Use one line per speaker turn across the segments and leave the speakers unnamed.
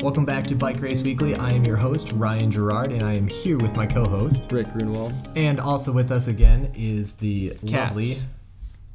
Welcome back to Bike Race Weekly. I am your host, Ryan Gerard, and I am here with my co host.
Rick Grunwald.
And also with us again is the
Cats.
lovely.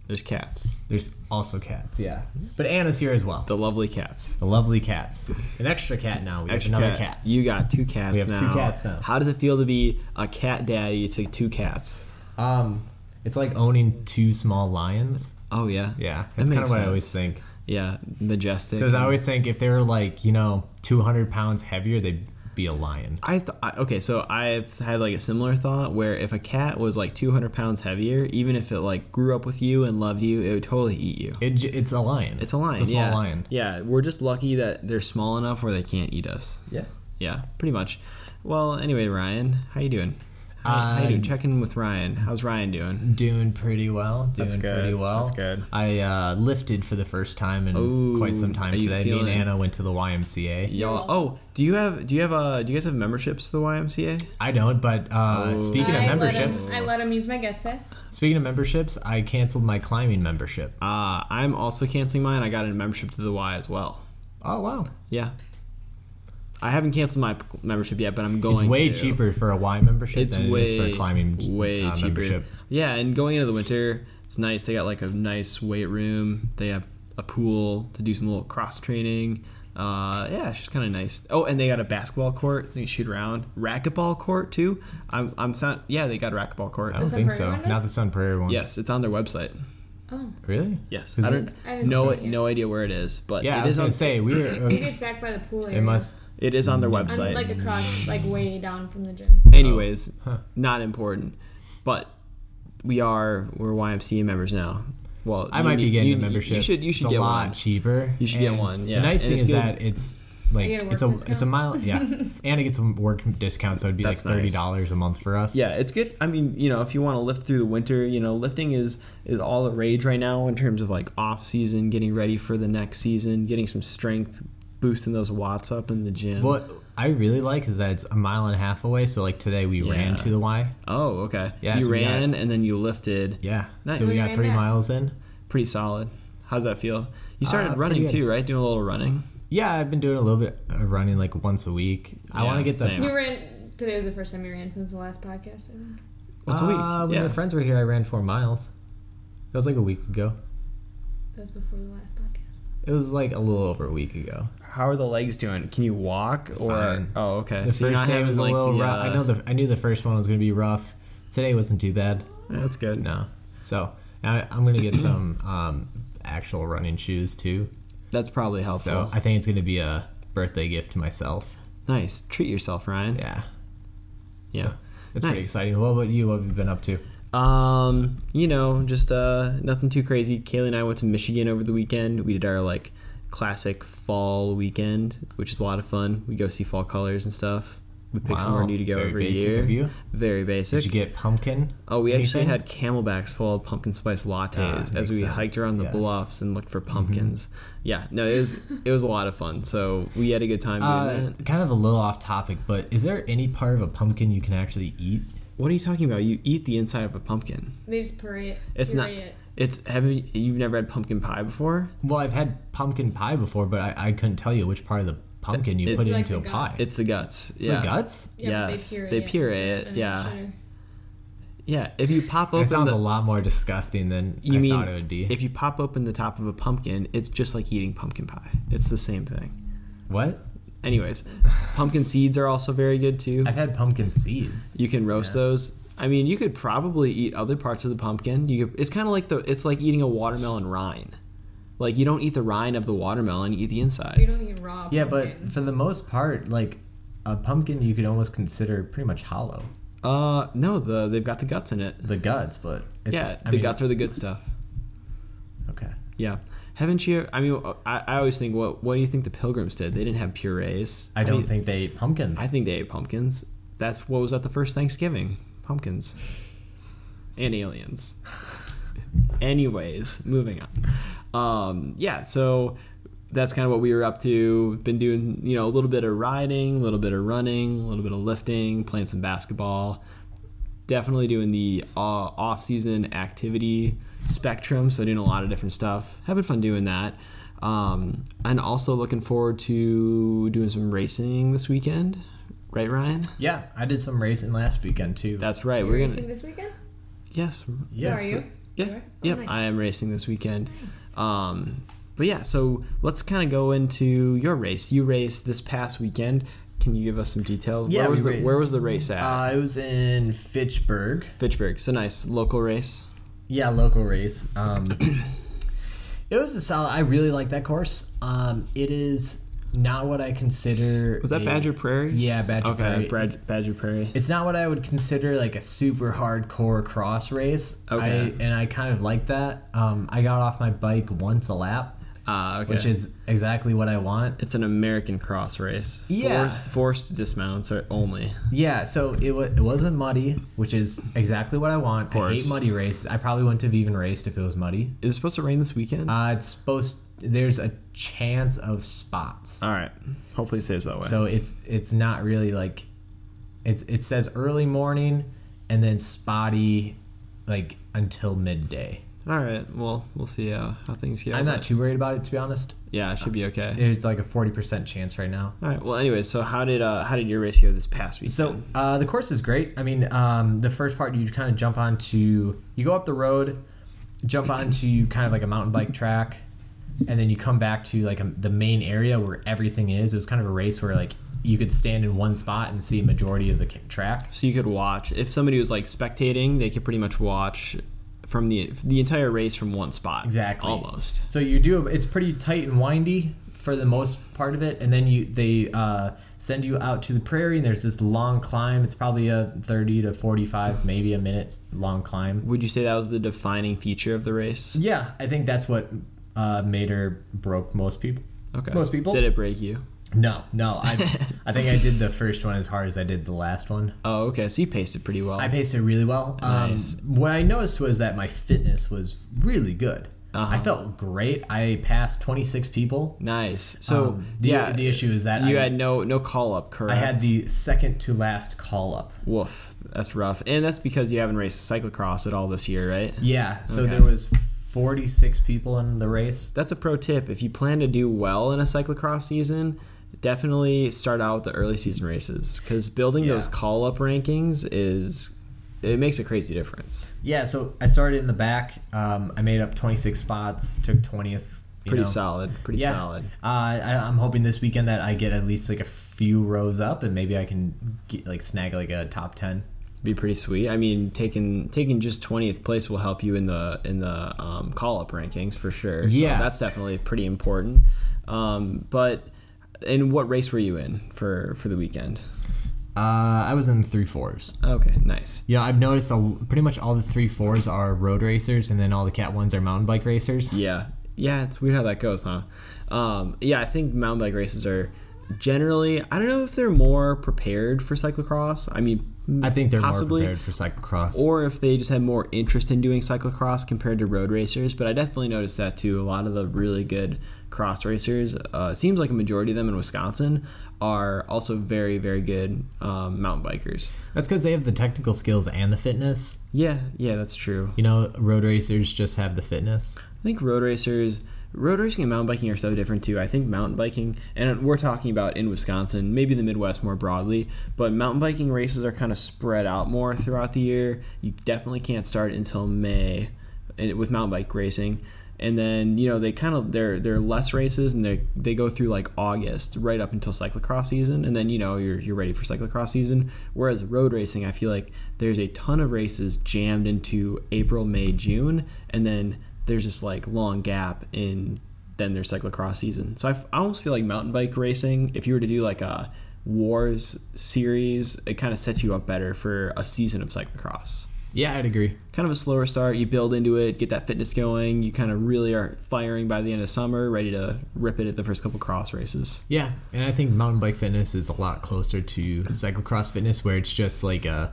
There's cats.
There's also cats, yeah. But Anna's here as well.
The lovely cats.
The lovely cats. An extra cat now. We
Extra
have another cat.
You got two cats
We have
now.
two cats now.
How does it feel to be a cat daddy to two cats?
Um, It's like owning two small lions.
Oh yeah.
Yeah.
That
That's kind of
makes
what I always
sense.
think.
Yeah, majestic.
Because I always think if they were like, you know, 200 pounds heavier, they'd be a lion.
I thought okay, so I've had like a similar thought where if a cat was like 200 pounds heavier, even if it like grew up with you and loved you, it would totally eat you.
It, j- it's a lion.
It's a lion.
It's a small
yeah.
lion.
Yeah, we're just lucky that they're small enough where they can't eat us.
Yeah.
Yeah, pretty much. Well, anyway, Ryan, how you doing? How, how
Uh,
you doing? Check in with Ryan. How's Ryan doing?
Doing pretty well. Doing
That's good.
pretty well.
That's good.
I uh, lifted for the first time in
Ooh,
quite some time
are you
today. Me
feeling-
and Anna went to the YMCA.
Y'all. Oh, do you have do you have uh do you guys have memberships to the YMCA?
I don't, but
Oh.
uh, speaking of
I let 'em-
memberships,
I let him use my guest pass.
speaking of memberships, I canceled my climbing membership.
Uh, I'm also canceling mine. I got a membership to the Y as well.
Oh wow!
Yeah. I haven't canceled my p- membership yet, but I'm going.
It's way
to.
cheaper for a Y membership
It's
than
way
it is for a climbing
way
uh,
cheaper.
membership.
Yeah, and going into the winter, it's nice. They got like a nice weight room. They have a pool to do some little cross training. Uh, yeah, it's just kind of nice. Oh, and they got a basketball court so you can shoot around. Racquetball court too. I'm I'm sound. Yeah, they got a racquetball court.
I don't
Sun
think
Prairie
so.
one does?
Not the Sun Prairie one.
Yes, it's on their website.
Really?
Yes,
Is
I
it-
don't
I haven't
no
seen it yet.
no idea where it is, but
Yeah, I
it
was
is
gonna
on
say Mm-hmm. we were. uh,
It is back by the pool area.
It must.
it is on their
I'm
website.
like across, like way down from the gym.
Oh.
Anyways, not important. But we are we're YMCA members now. Well,
I
you
might
need-
be getting
you,
a membership.
You should you
It's
should
a
get
lot
one.
cheaper.
You should get
And
one,
The
yeah.
nice
And
thing
it's
is
good.
that it's like
get a
it's a
work
it's a
discount?
mile yeah, and it gets a work discount, so it'd be
That's
like thirty
nice.
dollars a month for us.
Yeah, it's good. I mean, you know, if you want to lift through the winter, you know, lifting is is all the rage right now in terms of like off season, getting ready for the next season, getting some strength, boosting those watts up in the gym.
What I really like is that it's a mile and a half away. So like today we ran
Yeah.
to the Y.
Oh, okay.
Yeah,
you
so we got-
ran and then you lifted.
Yeah.
Nice.
So we
We
got
ran
three
back.
miles in.
Pretty solid. How's that feel? You started
Uh, pretty
running
good.
too, right? Doing a little running.
Yeah, I've been doing a little bit of running like once a week. I
Yeah,
want to get the.
same.
You ran today was the first time you ran since the last podcast. I think.
Once a week.
Uh, when
yeah.
my friends were here, I ran four miles. That was like a week ago.
That was before the last podcast.
It was like a little over a week ago.
How are the legs doing? Can you walk or?
Fine.
Oh, okay.
The
So you're
first
not
day
having,
was a
like,
little
yeah.
rough. I know the I knew the first one was gonna be rough. Today wasn't too bad.
Yeah, that's good.
No. So I, I'm gonna get some um, actual running shoes too.
That's probably helpful.
So I think it's gonna be a birthday gift to myself.
Nice. Treat yourself, Ryan.
Yeah,
Yeah.
that's pretty
Nice.
exciting. What about you? What have you been up to?
Um, you know, just uh, nothing too crazy. Kaylee and I went to Michigan over the weekend. We did our like classic fall weekend, which is a lot of fun. We go see fall colors and stuff. We pick somewhere
Wow.
new to go
Very
every
basic
year.
of you.
Very basic.
Did you get pumpkin?
Oh, we actually
anything?
had camelbacks full of pumpkin spice lattes
Ah, makes
as we hiked
sense.
around the
Yes. Mm-hmm.
bluffs and looked for pumpkins. Yeah, no, it was it was a lot of fun. So we had a good time doing
Uh,
that.
kind of a little off topic, but is there any part of a pumpkin you can actually eat?
What are you talking about? You eat the inside of a pumpkin.
They just puree it.
It's
puree
not.
It.
It's have you, you've never had pumpkin pie before?
Well, I've had pumpkin pie before, but I, I couldn't tell you which part of the pumpkin you put
It's-
Like
into a
the
pie.
guts.
It's the guts.
It's
yeah.
the guts.
Yeah, but
Yes,
they puree
they
it.
puree
instead
it,
and
yeah.
sugar.
Yeah. If you pop
It
open
sounds
the
a lot more disgusting than
you
I
mean
thought it would be.
if you pop open the top of a pumpkin, it's just like eating pumpkin pie. It's the same thing.
what?
Anyways, pumpkin seeds are also very good too.
I've had pumpkin seeds.
You can roast those. I mean, you could probably eat other parts of the pumpkin. You could, it's kind of like the it's like eating a watermelon rind. Like you don't eat the rind of the watermelon, you eat the
You
insides.
don't eat raw.
Yeah, but
pumpkin.
for the most part, like a pumpkin, you could almost consider pretty much hollow.
Uh, no, the they've got the guts in it.
The guts, but it's,
yeah,
I
the
mean,
guts are the good stuff.
Okay.
Yeah, haven't you? I mean, I, I always think what what do you think the pilgrims did? They didn't have purees.
I don't
mean,
think they ate pumpkins.
I think they ate pumpkins. That's what was at the first Thanksgiving. Pumpkins. And aliens. Anyways, moving on. Um, yeah, so that's kind of what we were up to. Been doing, you know, a little bit of riding, a little bit of running, a little bit of lifting, playing some basketball. Definitely doing the uh, off season activity spectrum. So, doing a lot of different stuff. Having fun doing that. Um, and also looking forward to doing some racing this weekend, right, Ryan?
Yeah, I did some racing last weekend too.
That's right.
You're
We're
racing
gonna
this weekend?
yes,
Yeah,
Are
it's-
you?
yeah,
You are? Oh,
yep.
nice.
I am racing this weekend.
Nice.
Um, but yeah, so let's kind of go into your race. You raced this past weekend. Can you give us some details?
Yeah,
where
we
was the
raced.
where was the race at?
Uh, it was in Fitchburg.
Fitchburg. So nice local race.
Yeah, local race. Um, it was a solid. I really like that course. Um, it is not what I consider.
Was that
a-
Badger Prairie?
Yeah, Badger
Okay,
Prairie.
Brad,
It's,
Badger Prairie.
it's not what I would consider like a super hardcore cross race.
Okay.
I, and I kind of like that. Um, I got off my bike once a lap,
Ah, okay.
which is exactly what I want.
it's an American cross race.
Yeah.
Forced, forced dismounts are only.
Yeah, so it, wa it wasn't muddy, which is exactly what I want. I
course.
hate muddy races. I probably wouldn't have even raced if it was muddy.
Is it supposed to rain this weekend?
Uh, it's supposed. There's a chance of spots,
All right. Hopefully it stays that way.
so it's it's not really like, it's it says early morning, and then spotty, like until midday.
All right. Well, we'll see how, how things go.
I'm
but-
not too worried about it to be honest.
Yeah, it should be okay.
It's like a forty percent chance right now.
All right. Well, anyway, so how did uh, how did your race go this past week?
So uh, the course is great. I mean, um, the first part you kind of jump onto, you go up the road, jump onto kind of like a mountain bike track, and then you come back to like a, the main area where everything is. It was kind of a race where like you could stand in one spot and see a majority of the ca- track.
so you could watch if somebody was like spectating, they could pretty much watch from the the entire race from one spot.
Exactly.
Almost.
So you do. It's pretty tight and windy for the most part of it, and then you they uh, send you out to the prairie, and there's this long climb. It's probably a thirty to forty-five, maybe a minute long climb.
Would you say that was the defining feature of the race?
Yeah, I think that's what uh, made her broke most people.
Okay.
Most people?
Did it break you?
No, no, I, I think I did the first one as hard as I did the last one.
Oh, okay. So you paced it pretty well.
I paced it really well. Um,
Nice.
What I noticed was that my fitness was really good.
Uh-huh.
I felt great. I passed 26 people.
nice. So
Um, the,
yeah,
the issue is that
you
I,
had
was-
no no call up, correct?
I had the second to last call up.
woof. That's rough, and that's because you haven't raced cyclocross at all this year, right?
Yeah, so
Okay.
there was 46 people in the race.
That's a pro tip. If you plan to do well in a cyclocross season, definitely start out with the early season races because building
Yeah.
those call up rankings is it makes a crazy difference.
Yeah, so I started in the back. Um, I made up 26 spots, took 20th. you
Pretty
know.
solid. Pretty
yeah.
solid.
Uh, I, I'm hoping this weekend that I get at least like a few rows up, and maybe I can get, like snag like a top ten.
Be pretty sweet. I mean, taking taking just twentieth place will help you in the in the um, call up rankings for sure.
Yeah.
so that's definitely pretty important. Um, but and what race were you in for for the weekend?
Uh, I was in three fours.
Okay, nice.
You know, I've noticed a, pretty much all the three fours are road racers, and then all the cat ones are mountain bike racers.
Yeah, yeah, it's weird how that goes, huh? Um, yeah, I think mountain bike races are generally. I don't know if they're more prepared for cyclocross. I mean,
I think they're
possibly,
more prepared for cyclocross.
or if they just have more interest in doing cyclocross compared to road racers. But I definitely noticed that too. A lot of the really good cross racers, uh, it seems like a majority of them in Wisconsin, are also very, very good um, mountain bikers.
That's because they have the technical skills and the fitness.
Yeah, yeah, that's true.
You know, road racers just have the fitness.
I think road racers, road racing and mountain biking are so different too. I think mountain biking, and we're talking about in Wisconsin, maybe the Midwest more broadly, but mountain biking races are kind of spread out more throughout the year. You definitely can't start until May and- with mountain bike racing. And then you know they kind of they're they're less races and they they go through like August right up until cyclocross season and then you know you're you're ready for cyclocross season. Whereas road racing, I feel like there's a ton of races jammed into April, May, June, and then there's this like long gap in then there's cyclocross season. So I, f- I almost feel like mountain bike racing, if you were to do like a wars series, it kind of sets you up better for a season of cyclocross.
Yeah, I'd agree.
Kind of a slower start, you build into it, get that fitness going, you kind of really are firing by the end of summer, ready to rip it at the first couple cross races.
Yeah, and I think mountain bike fitness is a lot closer to cyclocross fitness, where it's just like a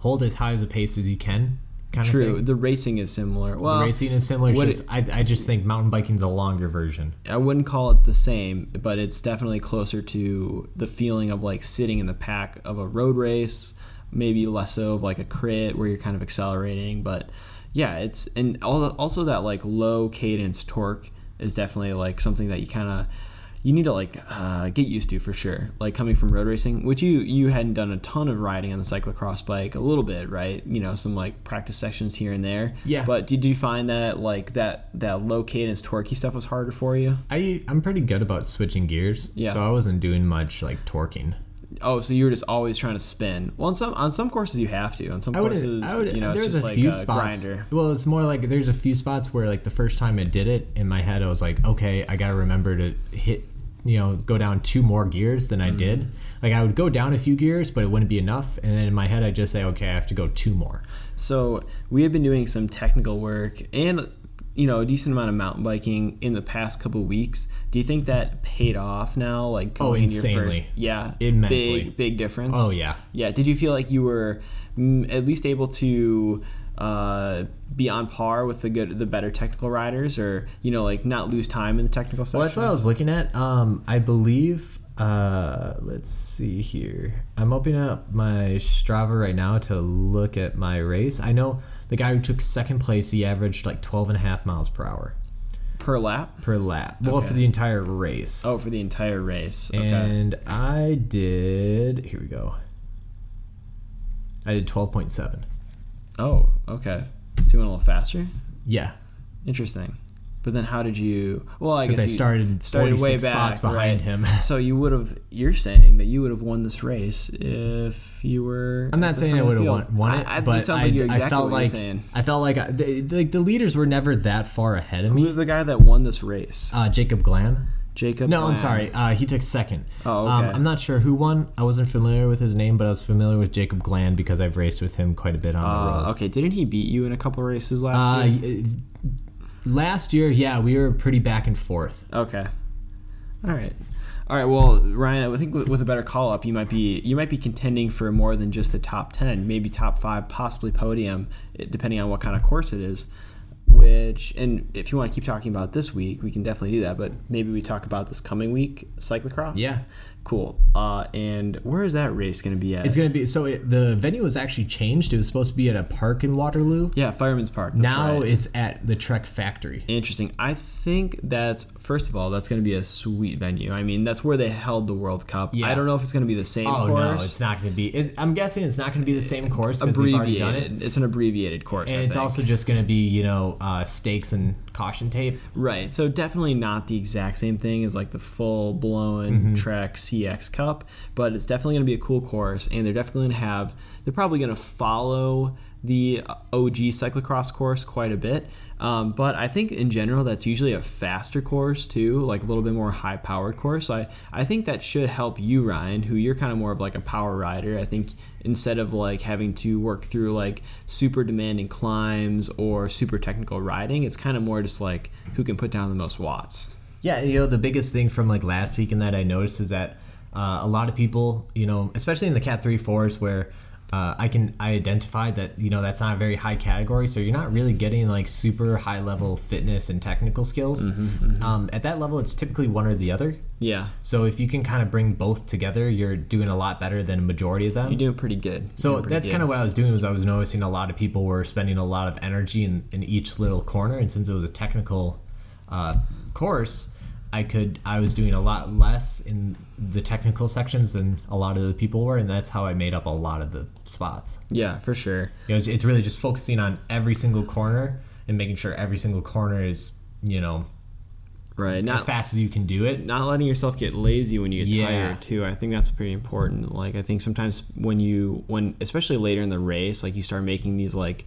hold as high as a pace as you can kind of
True,
thing.
the racing is similar. Well,
the racing is similar. it's
what
just, I, I just think mountain biking's a longer version.
I wouldn't call it the same, but it's definitely closer to the feeling of like sitting in the pack of a road race, maybe less so of like a crit where you're kind of accelerating. But yeah, it's and all also that like low cadence torque is definitely like something that you kind of you need to like uh, get used to for sure. Like coming from road racing, which you you hadn't done a ton of riding on the cyclocross bike, a little bit, right? You know, some like practice sessions here and there.
Yeah.
But Uh, did you find that like that that low cadence torquey stuff was harder for you?
I I'm pretty good about switching gears.
Yeah.
So I wasn't doing much like torquing.
Oh, so you were just always trying to spin. Well, on some on some courses you have to. On some
I would,
courses,
I would,
you know, it's
there's
just
a
like
few
a
spots.
grinder.
Well, it's more like there's a few spots where like the first time I did it in my head, I was like, okay, I gotta remember to hit, you know, go down two more gears than
Mm-hmm.
I did. Like I would go down a few gears, but it wouldn't be enough. And then in my head, I just say, okay, I have to go two more.
So we have been doing some technical work and you know a decent amount of mountain biking in the past couple weeks. Do you think that paid off now? Like
Oh,
going into Your
insanely.
first, yeah,
Immensely.
Big big difference.
Oh, yeah.
yeah. Did you feel like you were mm, at least able to? Uh, be on par with the good, the better technical riders, or you know, like not lose time in the technical sections.
Well, that's what I was looking at. Um, I believe. Uh, let's see here. I'm opening up my Strava right now to look at my race. I know the guy who took second place, he averaged like 12 and a half miles per hour
per lap.
per lap. Well, for
Okay.
the entire race.
Oh, for the entire race. okay.
And I did. Here we go. I did 12.7.
Oh, okay. So you went a little faster.
Yeah.
Interesting. But then how did you? Well, I
'Cause
guess
I
you
started 46 spots behind him.
so you would have. You're saying that you would have won this race if you were.
I'm
at
not
the
saying I
front
would have
of the
won,
field.
won
I-
it,
I,
but
it sounds like
I-
you're exactly
I felt
what
like
you're saying.
I felt like I, the, the, the leaders were never that far ahead of me.
Who's the guy that won this race?
Uh, Jacob Glan.
Jacob. Ah,
No, I'm
Lamb.
sorry. Uh, he took second.
Oh, okay.
Um, I'm not sure who won. I wasn't familiar with his name, but I was familiar with Jacob Glan because I've raced with him quite a bit on the road.
Uh, okay, didn't he beat you in a couple races last
Uh,
year?
y- last year, yeah, we were pretty back and forth.
Okay. All right. All right. Well, Ryan, I think with with a better call up, you might be you might be contending for more than just the top ten, maybe top five, possibly podium, it- depending on what kind of course it is. Which, and if you want to keep talking about this week, we can definitely do that. But maybe we talk about this coming week, cyclocross.
Yeah.
Cool. Uh, and where is that race going to be at?
It's gonna be so. It, the venue was actually changed. It was supposed to be at a park in Waterloo.
yeah, Fireman's Park. that's
now
right.
it's at the Trek Factory.
Interesting. I think that's first of all, that's going to be a sweet venue. I mean, that's where they held the World Cup.
Yeah.
I don't know if it's going to be the same.
Oh
course.
no, it's not gonna be. It's, I'm guessing it's not gonna be the same course because they've already
abbreviated.
done it.
It's an abbreviated course.
And
I
it's
think.
also just gonna be you know uh, stakes and caution tape.
right. So definitely not the exact same thing as like the full blown
Mm-hmm.
Trek CX Cup, but it's definitely going to be a cool course, and they're definitely going to have. They're probably going to follow the uh, OG cyclocross course quite a bit. Um, but I think in general that's usually a faster course too, like a little bit more high powered course. So I, I think that should help you, Ryan, who you're kind of more of like a power rider. I think instead of like having to work through like super demanding climbs or super technical riding, it's kind of more just like who can put down the most watts.
Yeah, you know the biggest thing from like last week and that I noticed is that uh, a lot of people, you know, especially in the Cat three fours where. Uh, I can I identify that you know that's not a very high category, so you're not really getting like super high level fitness and technical skills. Um, at that level, it's typically one or the other.
Yeah,
So if you can kind of bring both together, you're doing a lot better than a majority of them.
you're doing pretty good. You're
So
doing pretty
that's
good.
kind of what I was doing was I was noticing a lot of people were spending a lot of energy in, in each little corner, and since it was a technical uh, course, I could I was doing a lot less in the technical sections than a lot of the people were, and that's how I made up a lot of the spots.
yeah for sure.
You know, it's, it's really just focusing on every single corner and making sure every single corner is you know
Right,
as
not
fast as you can do it.
not letting yourself get lazy when you get
Yeah.
tired too. I think that's pretty important. Like I think sometimes when you when especially later in the race, like you start making these like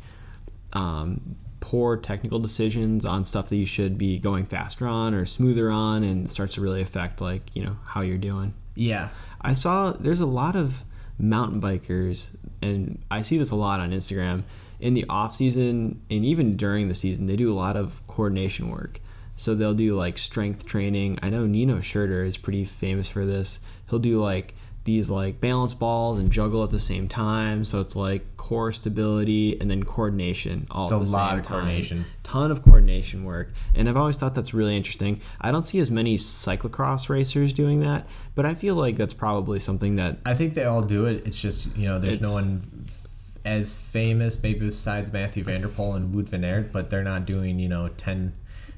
um, poor technical decisions on stuff that you should be going faster on or smoother on, and it starts to really affect like you know how you're doing.
Yeah.
I saw there's a lot of mountain bikers, and I see this a lot on Instagram. In the off season and even during the season, they do a lot of coordination work. So they'll do like strength training. I know Nino Schurter is pretty famous for this. He'll do like these like balance balls and juggle at the same time. So it's like core stability and then coordination all
It's
at
a
the
lot
same
of
time.
coordination.
Ton of coordination work. And I've always thought that's really interesting. I don't see as many cyclocross racers doing that, but I feel like that's probably something that
I think they all do it. It's just you know, there's no
It's-
one as famous maybe besides Matthew Vanderpool and Wood Van Aert, but they're not doing you know ten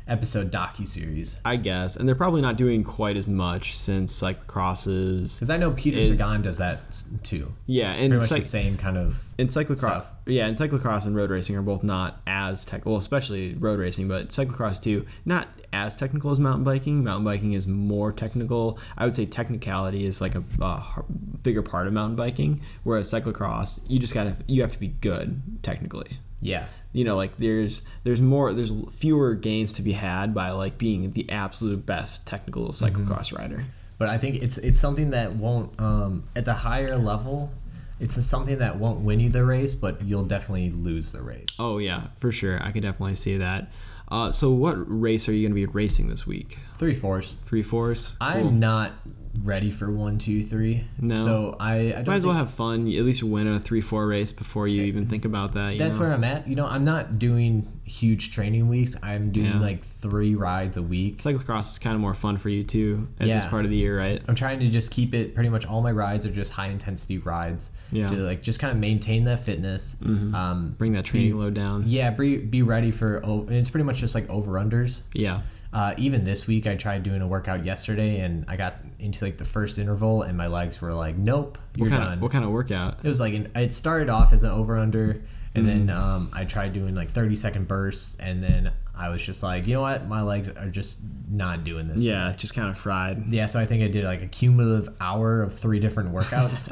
episode docu series.
I guess, and they're probably not doing quite as much since like crosses.
Because I know Peter
Is-
Sagan does that s- too.
Yeah, and
Pretty much
it's
the
like
same kind of.
and cyclocross.
stuff.
Yeah, and cyclocross and road racing are both not as tech. Well, especially road racing, but cyclocross too, not as technical as mountain biking. Mountain biking is more technical. I would say technicality is like a, uh har bigger part of mountain biking, whereas cyclocross, you just gotta you have to be good technically.
Yeah.
You know, like there's there's more there's fewer gains to be had by like being the absolute best technical cyclocross rider.
but I think it's it's something that won't um, at the higher level. It's something that won't win you the race, but you'll definitely lose the race.
Oh yeah, for sure. I could definitely see that. Uh, so what race are you going to be racing this week?
Three fours.
Three fours.
I'm not ready for one, two, three.
No.
So I, I don't
Might as well
think-
have fun. You At least win a three four race before you even think about that. you
that's
know?
where I'm at. You know, I'm not doing huge training weeks. I'm doing
Yeah.
like three rides a week.
cyclocross is kind of more fun for you too at this
Yeah.
part of the year, right?
I'm trying to just keep it pretty much all my rides are just high intensity rides
Yeah. Mm-hmm.
to like just kind of maintain that fitness. Um,
Bring that training load down.
yeah, be, be ready for. o- It's pretty much just like over unders.
Yeah.
Uh, even this week, I tried doing a workout yesterday, and I got into like the first interval, and my legs were like, "Nope, you're
What kind
done."
of what kind of workout?
it was like an, it started off as an over under, and then um, I tried doing like 30 second bursts, and then I was just like, you know what, my legs are just not doing this.
Yeah, just kind of fried.
Yeah, so I think I did like a cumulative hour of three different workouts.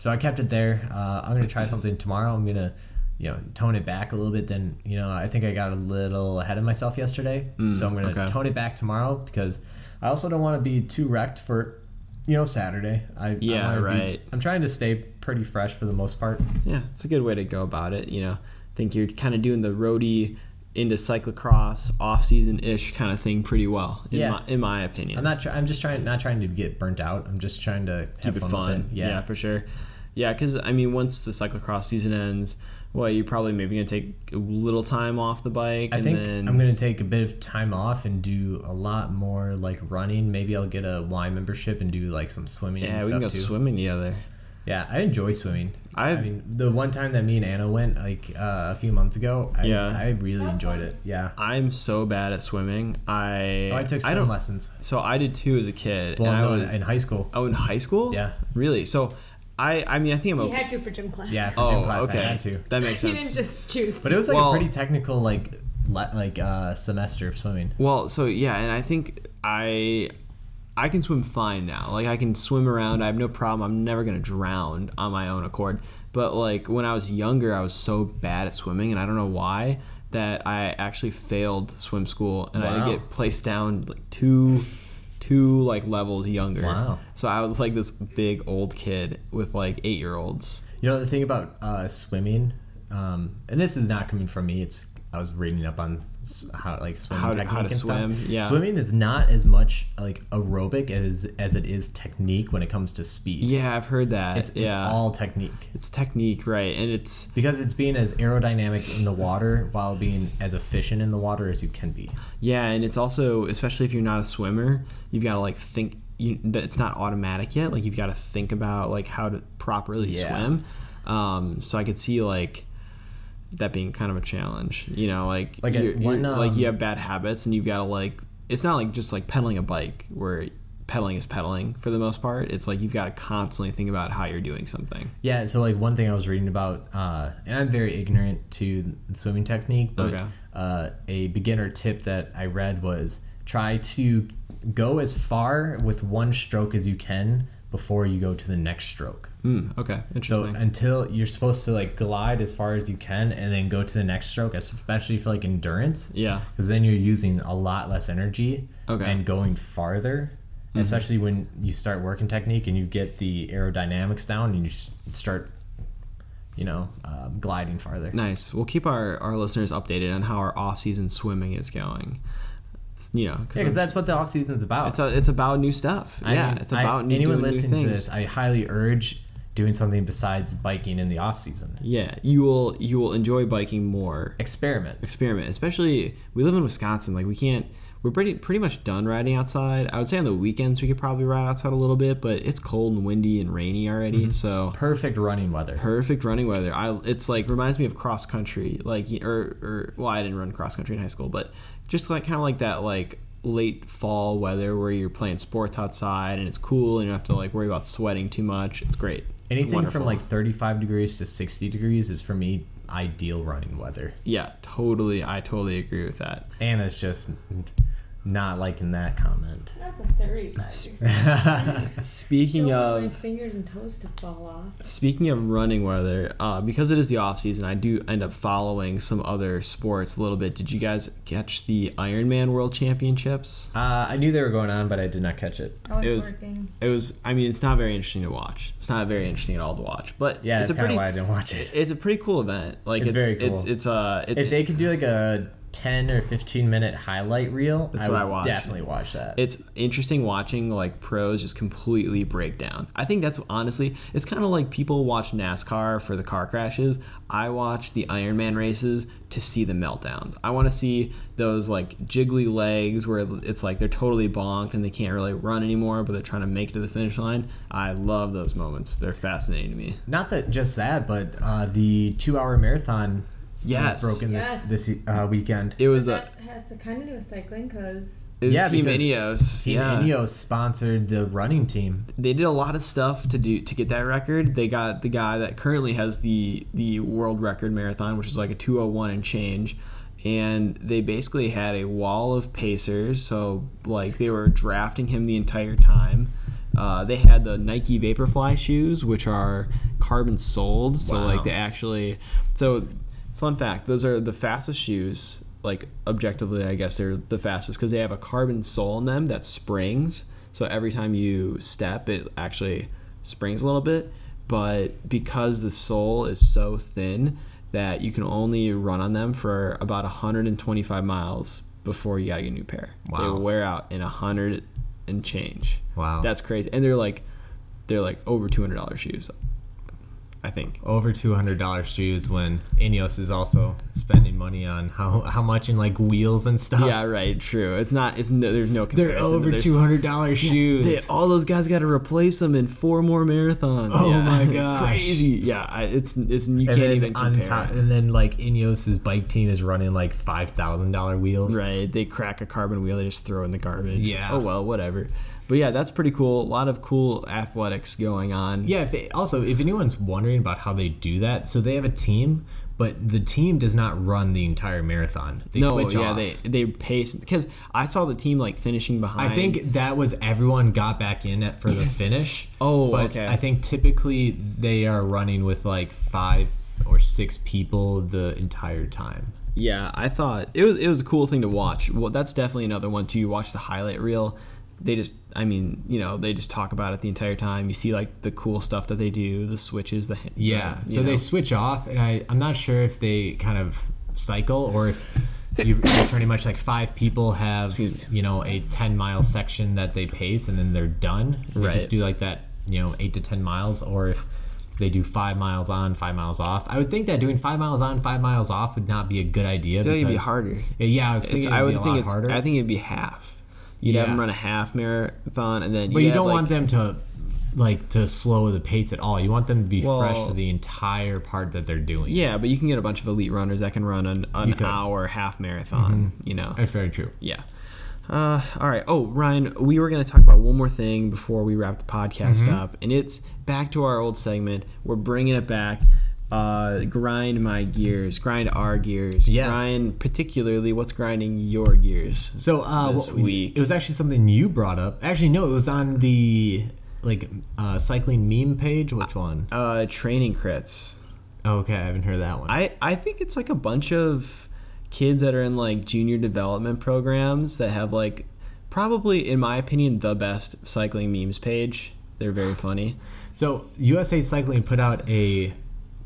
so I kept it there. Uh, I'm gonna try something tomorrow. I'm gonna, you know, tone it back a little bit. Then you know, I think I got a little ahead of myself yesterday, so I'm gonna
Mm, okay.
tone it back tomorrow because I also don't want to be too wrecked for, you know, Saturday. I I
Yeah,
wanna be-
right.
I'm trying to stay pretty fresh for the most part.
Yeah, it's a good way to go about it. You know, I think you're kind of doing the roadie into cyclocross off season ish kind of thing pretty well. In
Yeah.
my, in my opinion.
I'm not. Try- I'm just trying. Not trying to get burnt out. I'm just trying to have
keep it
fun.
fun.
With it.
Yeah. for sure. Yeah, because I mean, once the cyclocross season ends, well, you're probably maybe gonna take a little time off the bike.
I
and
think
then,
I'm gonna take a bit of time off and do a lot more like running. Maybe I'll get a Y membership and do like some swimming.
yeah,
and
we
stuff
can go
too.
swimming together.
Yeah, I enjoy swimming. I,
I've-
mean, the one time that me and Anna went like uh, a few months ago, I,
Yeah.
I really enjoyed it. Yeah,
I'm so bad at swimming. I
oh, I took
I
swim
don't.
lessons.
So I did too as a kid.
Well,
and
no,
I was,
in high school.
oh, in high school.
Yeah.
really. So I I mean I think I'm
You
okay.
had to for gym class.
Yeah, for
Oh,
gym class
okay.
I had to.
That makes
You didn't
sense.
just choose.
But it was like
Well-
a pretty technical like le- like uh, semester of swimming.
Well, so yeah, and I think I I can swim fine now. Like I can swim around. I have no problem. I'm never gonna drown on my own accord. But like when I was younger, I was so bad at swimming, and I don't know why that I actually failed swim school, and I
Wow.
get placed down like two two like levels younger.
Wow.
So I was like this big old kid with like eight year olds.
You know the thing about uh, swimming, um, and this is not coming from me. It's I was reading up on s- how like swimming
How to-
technique
how to
and
swim,
stuff.
yeah.
Swimming is not as much like aerobic as as it is technique when it comes to speed.
Yeah, I've heard that.
it's,
yeah.
it's all technique
it's technique, right? And it's
because it's being as aerodynamic in the water while being as efficient in the water as you can be.
Yeah, and it's also especially if you're not a swimmer, you've got to like think. You, that it's not automatic yet. Like you've got to think about like how to properly
Yeah.
swim. Um, so I could see like that being kind of a challenge. You know, like
Like at
you're,
one,
you're- like
um,
you have bad habits, and you've got to like. It's not like just like pedaling a bike where pedaling is pedaling for the most part. It's like you've got to constantly think about how you're doing something.
Yeah, so like one thing I was reading about, uh, and I'm very ignorant to the swimming technique, but
Okay.
uh, a beginner tip that I read was try to go as far with one stroke as you can before you go to the next stroke.
Hmm. okay,
So uh,
interesting.
until you're supposed to like glide as far as you can and then go to the next stroke, especially for like endurance.
yeah.
because then you're using a lot less energy
Okay. Mm-hmm.
and going farther especially when you start working technique and you get the aerodynamics down and you s- start you know uh, gliding farther
Nice. We'll keep our, our listeners updated on how our off season swimming is going. S- You know,
because
I'm-
that's what the off season's about
it's a, it's about new stuff.
I
yeah,
mean,
it's
I-
about new
anyone
doing new
listening
things.
to this i highly urge
doing something besides biking in the off season.
Yeah, you will you will enjoy biking more.
Experiment.
Experiment, especially we live in Wisconsin. Like we can't. We're pretty pretty much done riding outside. I would say on the weekends we could probably ride outside a little bit, but it's cold and windy and rainy already.
Mm-hmm.
So
Perfect running weather.
perfect running weather. I it's like reminds me of cross country, like or or well, I didn't run cross country in high school, but just like kind of like that like late fall weather where you're playing sports outside and it's cool and you don't have to like worry about sweating too much. It's great. It's
Anything
wonderful.
from like 35 degrees to 60 degrees is for me ideal running weather.
yeah, totally. I totally agree with that.
Anna's just not liking that comment.
Not the 35.
Speaking
my
of
fingers and toes to fall off.
speaking of running weather, uh, because it is the off season, I do end up following some other sports a little bit. Did you guys catch the Ironman World Championships?
Uh, I knew they were going on, but I did not catch it.
I was,
It was-
working.
it was i mean it's not very interesting to watch it's not very interesting at all to watch but
Yeah,
it's
that's
a
kind
pretty
of why I didn't watch it.
it's a pretty cool event like
It's
it's
very cool.
it's it's uh it's,
If they could do like a 10 or 15 minute highlight reel,
That's
I
what
would
I watch.
definitely watch that.
it's interesting watching like pros just completely break down i think that's honestly it's kind of like people watch nascar for the car crashes i watch the ironman races to see the meltdowns i want to see those like jiggly legs where it's like they're totally bonked and they can't really run anymore but they're trying to make it to the finish line i love those moments they're fascinating to me
not that just that, but uh, the two hour marathon
Yes.
was broken this,
Yes.
this uh, weekend.
it was the
That has to kind of do with cycling because
It was
Yeah,
Team
because
Ineos.
Team
yeah.
Ineos sponsored the running team.
They did a lot of stuff to do to get that record. They got the guy that currently has the the world record marathon, which is like a 201 and change. And they basically had a wall of pacers, so like they were drafting him the entire time. Uh, they had the Nike Vaporfly shoes, which are carbon soled, so like they actually. So, fun fact: those are the fastest shoes like objectively, I guess they're the fastest because they have a carbon sole in them that springs. So every time you step, it actually springs a little bit. But because the sole is so thin that you can only run on them for about 125 miles before you gotta get a new pair.
Wow.
They wear out in 100 and change.
Wow.
That's crazy. And they're like, they're like over $200 shoes, I think.
over two hundred dollars shoes when Ineos is also spending money on how how much in like wheels and stuff.
Yeah, right. True. It's not. It's no, there's no comparison.
they're over
There's-
two hundred dollars shoes.
They, all those guys got to replace them in four more marathons.
Oh
Yeah.
my gosh.
Crazy. Yeah, I, it's it's you
and
can't
then
even
on
compare.
top, and then like Ineos's bike team is running like five thousand dollar wheels.
Right. They crack a carbon wheel, they just throw in the garbage.
Yeah.
Oh well, whatever. But yeah, that's pretty cool. A lot of cool athletics going on.
Yeah. If they, also, if anyone's wondering about how they do that, so they have a team, but the team does not run the entire marathon. They
no,
switch
yeah,
off.
they they pace because I saw the team like finishing
I
behind.
think that was everyone got back in at for the finish.
Oh,
but
okay.
I think typically they are running with like five or six people the entire time.
Yeah, I thought it was it was a cool thing to watch. Well, that's definitely another one too. You watch the highlight reel. They just, I mean, you know, they just talk about it the entire time. You see like the cool stuff that they do, the switches, the
Yeah.
the- you
so
know.
they switch off, and I I'm not sure if they kind of cycle or if you are pretty much like five people have you know a ten mile section that they pace, and then they're done. They
Right.
just do like that, you know, eight to ten miles, or if they do five miles on, five miles off. I would think that doing five miles on, five miles off would not be a good idea.
feel like it'd be
because-
harder.
Yeah, I was
It's-
thinking
I
it'd
would
be a
think
lot
it's.
harder.
I think it'd be half. You'd have
Yeah.
them run a half marathon, and then
But you
have,
don't
like-
want them to like to slow the pace at all. You want them to be fresh
Well-
for the entire part that they're doing.
Yeah, but you can get a bunch of elite runners that can run an, an
You could. Mm-hmm.
hour half marathon. You know.
That's very true.
Yeah. Uh, all right. Oh, Ryan, we were going to talk about one more thing before we wrap the podcast up, and it's back to our old segment. We're bringing it back. Uh, grind my gears, grind our gears.
Yeah.
Grind particularly what's grinding your gears.
So uh,
This
what-
week.
it was actually something you brought up. Actually, no, it was on the like uh, cycling meme page. Which one?
Uh, training crits.
Okay, I haven't heard that one.
I, I think it's like a bunch of kids that are in like junior development programs that have like probably, in my opinion, the best cycling memes page. They're very funny.
So USA Cycling put out a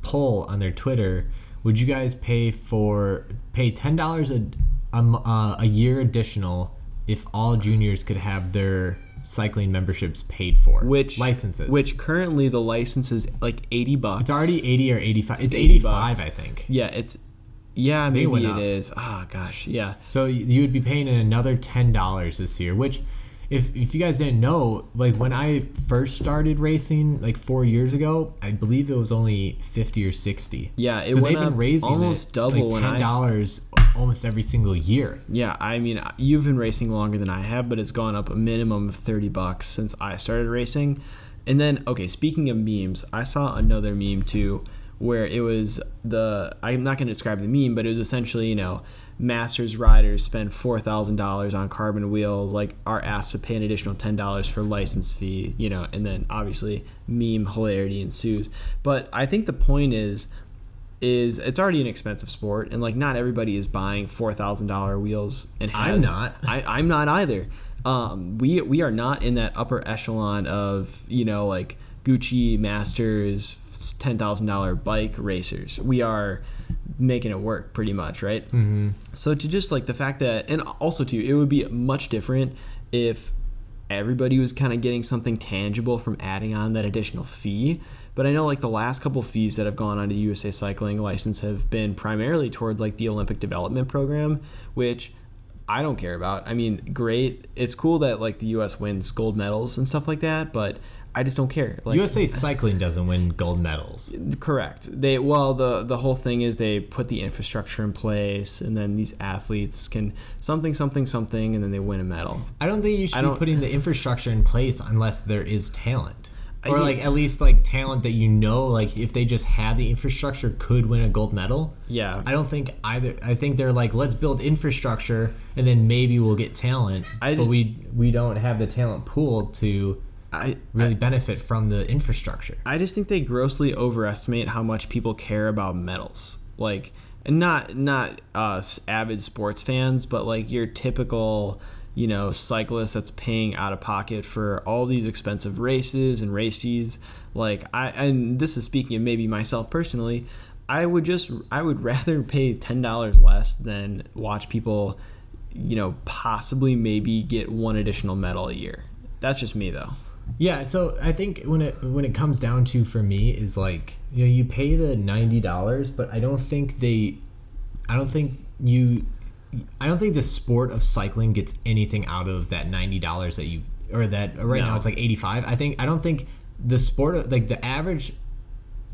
poll on their Twitter. Would you guys pay for pay ten dollars a a m- uh, a year additional if all juniors could have their cycling memberships paid for.
Which
licenses?
Which currently the license is like eighty bucks.
it's already eighty or eighty-five. It's
80
eighty-five,
bucks.
I think.
Yeah, it's yeah,
They
maybe
went
it
up.
is. Ah, gosh, yeah.
So y- you would be paying another ten dollars this year, which, if if you guys didn't know, like when I first started racing, like four years ago, I believe it was only fifty or sixty.
Yeah, it
so
went
they've been
up
raising
almost
it,
double
like
when I
ten
s-
dollars almost every single year.
Yeah, I mean, you've been racing longer than I have, but it's gone up a minimum of 30 bucks since I started racing. And then, okay, speaking of memes, I saw another meme too where it was the I'm not going to describe the meme, but it was essentially, you know, masters riders spend $4,000 on carbon wheels, like are asked to pay an additional $10 for license fee, you know, and then obviously meme hilarity ensues. But I think the point is is it's already an expensive sport and like not everybody is buying four thousand dollar wheels and
I'm
has-
not.
I, I'm not either um, we we are not in that upper echelon of you know like Gucci masters ten thousand dollar bike racers we are making it work pretty much right mm-hmm. so to just like the fact that and also too it would be much different if everybody was kind of getting something tangible from adding on that additional fee. But I know like the last couple fees that have gone onto the USA Cycling license have been primarily towards like the Olympic Development Program, which I don't care about. I mean, great. It's cool that like the US wins gold medals and stuff like that, but I just don't care. Like
USA Cycling doesn't win gold medals.
correct. They well the the whole thing is they put the infrastructure in place and then these athletes can something something something and then they win a medal.
I don't think you should
I
be
don't-
putting the infrastructure in place unless there is talent.
I-
Or like at least like talent that you know, like if they just had the infrastructure, could win a gold medal.
Yeah.
I don't think either. I think they're like, let's build infrastructure, and then maybe we'll get talent.
I
but
just-
we we don't have the talent pool to
I
really benefit from the infrastructure.
I just think they grossly overestimate how much people care about medals. Like not not us avid sports fans, but like your typical, you know, cyclist that's paying out of pocket for all these expensive races and race fees. Like I and this is speaking of maybe myself personally, I would just I would rather pay ten dollars less than watch people, you know, possibly maybe get one additional medal a year. That's just me though.
Yeah, so I think when it when it comes down to for me is like you know you pay the ninety dollars, but I don't think they, I don't think you, I don't think the sport of cycling gets anything out of that ninety dollars that you or that or right
No.
now it's like eighty five. I think I don't think the sport of like the average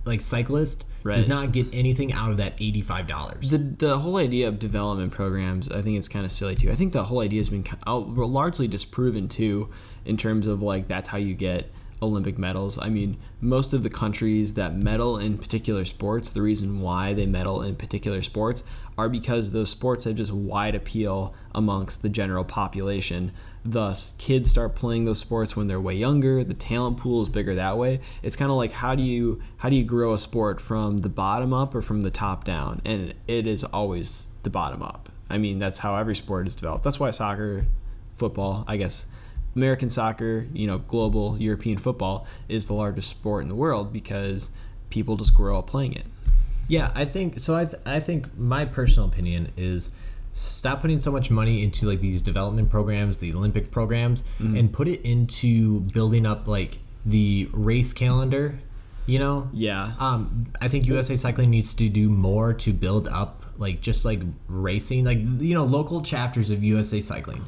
like cyclist
Right.
does not get anything out of that eighty five dollars.
The, the whole idea of development programs, I think it's kind of silly too. I think the whole idea has been ki- out- largely disproven too, in terms of like that's how you get Olympic medals. I mean, most of the countries that medal in particular sports, the reason why they medal in particular sports are because those sports have just wide appeal amongst the general population. Thus, kids start playing those sports when they're way younger. The talent pool is bigger that way. It's kind of like how do you how do you grow a sport from the bottom up or from the top down? And it is always the bottom up. I mean, that's how every sport is developed. That's why soccer, football, I guess American soccer, you know, global European football is the largest sport in the world because people just grow up playing it.
Yeah, I think so. I, th- I think my personal opinion is stop putting so much money into like these development programs, the Olympic programs, and put it into building up like the race calendar. You know,
Yeah.
um, I think USA Cycling needs to do more to build up, like just like racing, like you know, local chapters of USA Cycling.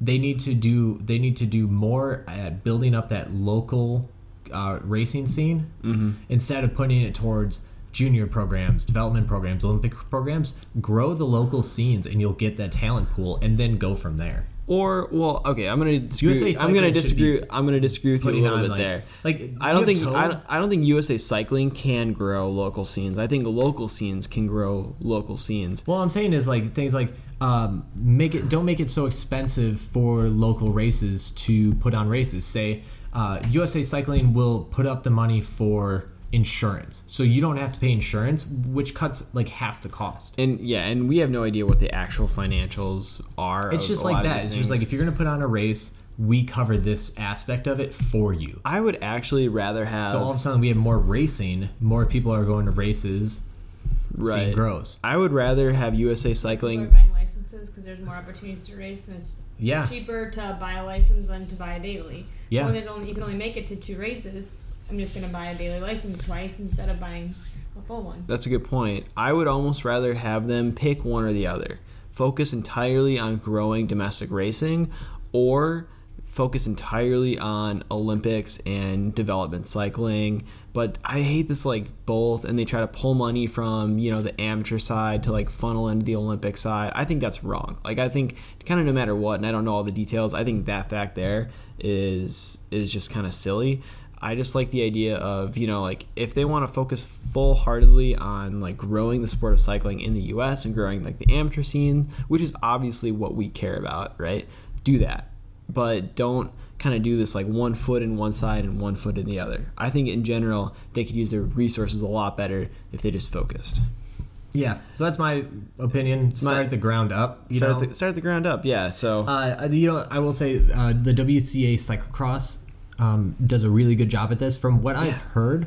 They need to do they need to do more at building up that local uh, racing scene
Mm-hmm.
instead of putting it towards junior programs, development programs, Olympic programs. Grow the local scenes, and you'll get that talent pool, and then go from there.
Or well, okay, I'm gonna
USA
disagree. I'm gonna
Cycling should
disagree.
be
I'm gonna disagree with you a
putting
little
on,
bit
like-
there.
like,
I
you
don't
have
think
Toad?
I don't, I don't think USA Cycling can grow local scenes. I think local scenes can grow local scenes.
Well, I'm saying is like things like um, make it don't make it so expensive for local races to put on races. Say uh, USA Cycling will put up the money for insurance, so you don't have to pay insurance, which cuts like half the cost.
And yeah, and we have no idea what the actual financials are.
It's
of
just
a
like
lot of
that.
these
It's just
things.
like if you're gonna put on a race, we cover this aspect of it for you.
I would actually rather have
So all of a sudden we have more racing, more people are going to races,
right.
scene grows.
I would rather have USA
People are
Cycling
buying licenses. license because there's more opportunities to race and it's
Yeah.
cheaper to buy a license than to buy a daily.
Yeah.
When there's only you can only make it to two races, I'm just gonna buy a daily license twice instead of buying a full one.
That's a good point. I would almost rather have them pick one or the other. Focus entirely on growing domestic racing or focus entirely on Olympics and development cycling. But I hate this like both and they try to pull money from, you know, the amateur side to like funnel into the Olympic side. I think that's wrong. Like I think kind of no matter what, and I don't know all the details, I think that fact there is is just kind of silly. I just like the idea of, you know, like if they want to focus full heartedly on like growing the sport of cycling in the US and growing like the amateur scene, which is obviously what we care about, right? Do that. But don't kind of do this like one foot in one side and one foot in the other. I think in general, they could use their resources a lot better if they just focused.
Yeah. So that's my opinion. Start
my-
at the ground up. You
Start,
know?
at the, start at the ground up. Yeah. So
Uh, you know, I will say uh, the WCA cyclocross um, does a really good job at this. From what I've heard,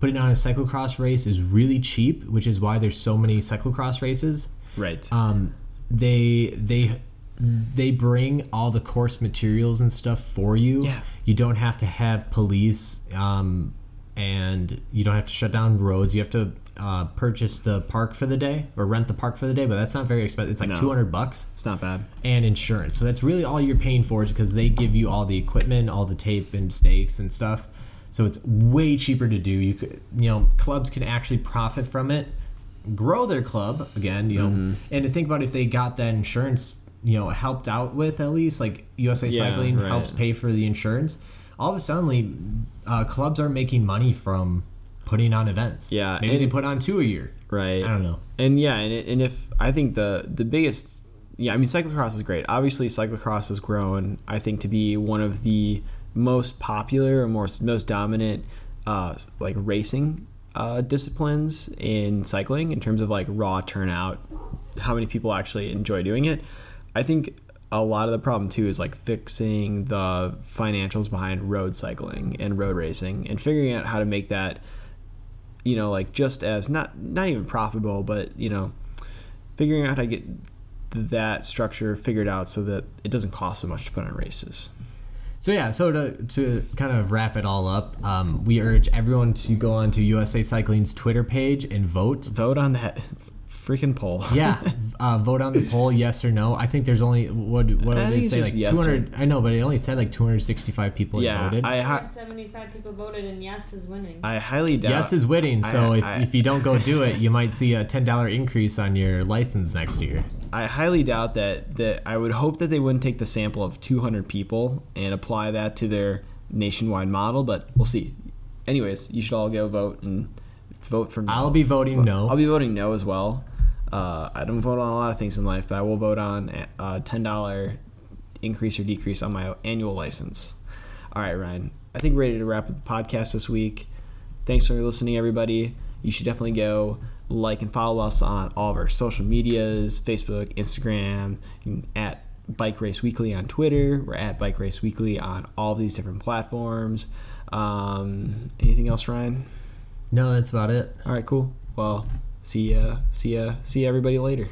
putting on a cyclocross race is really cheap, which is why there's so many cyclocross races.
right.
Um, they they they bring all the course materials and stuff for you.
Yeah.
You don't have to have police, um, and you don't have to shut down roads. You have to uh, purchase the park for the day or rent the park for the day, but that's not very expensive. It's like
No.
two hundred bucks
it's not bad.
and insurance. So that's really all you're paying for is because they give you all the equipment, all the tape and stakes and stuff. So it's way cheaper to do. You could, you know, clubs can actually profit from it, grow their club again. You know,
Mm-hmm.
and to think about if they got that insurance, you know, helped out with at least like USA
Yeah,
Cycling
right.
helps pay for the insurance. All of a sudden, uh, clubs are making money from putting on events.
Yeah,
maybe they
and-
put on two a year.
Right.
I don't know.
And yeah, and, it, and if I think the the biggest yeah, I mean cyclocross is great. Obviously, cyclocross has grown. I think to be one of the most popular or most most dominant uh, like racing uh, disciplines in cycling in terms of like raw turnout, how many people actually enjoy doing it. I think a lot of the problem too is like fixing the financials behind road cycling and road racing and figuring out how to make that you know like just as not not even profitable but you know figuring out how to get that structure figured out so that it doesn't cost so much to put on races
So yeah, so to, to kind of wrap it all up, um, we urge everyone to go onto USA Cycling's Twitter page and vote.
vote on that freaking poll
Yeah, uh, vote on the poll, yes or no. I think there's only what what did
I think
they
it's
say like
just yes or-
200. I know, but it only said like 265 people had
yeah
voted.
I, hi-
175 people voted and yes is winning.
I highly doubt
yes is winning. So
I-
if,
I-
if you don't go do it, you might see a ten dollar increase on your license next year.
I highly doubt that that I would hope that they wouldn't take the sample of 200 people and apply that to their nationwide model but we'll see anyways you should all go vote and vote for no.
I'll be voting no.
I'll be voting no as well. Uh, I don't vote on a lot of things in life, but I will vote on a ten dollar increase or decrease on my annual license. All right, Ryan. I think we're ready to wrap up the podcast this week. Thanks for listening, everybody. You should definitely go like and follow us on all of our social medias: Facebook, Instagram, you can- at Bike Race Weekly on Twitter. We're at Bike Race Weekly on all of these different platforms. Um, anything else, Ryan?
no, that's about it.
All right, cool. Well, see ya, see ya, see everybody later.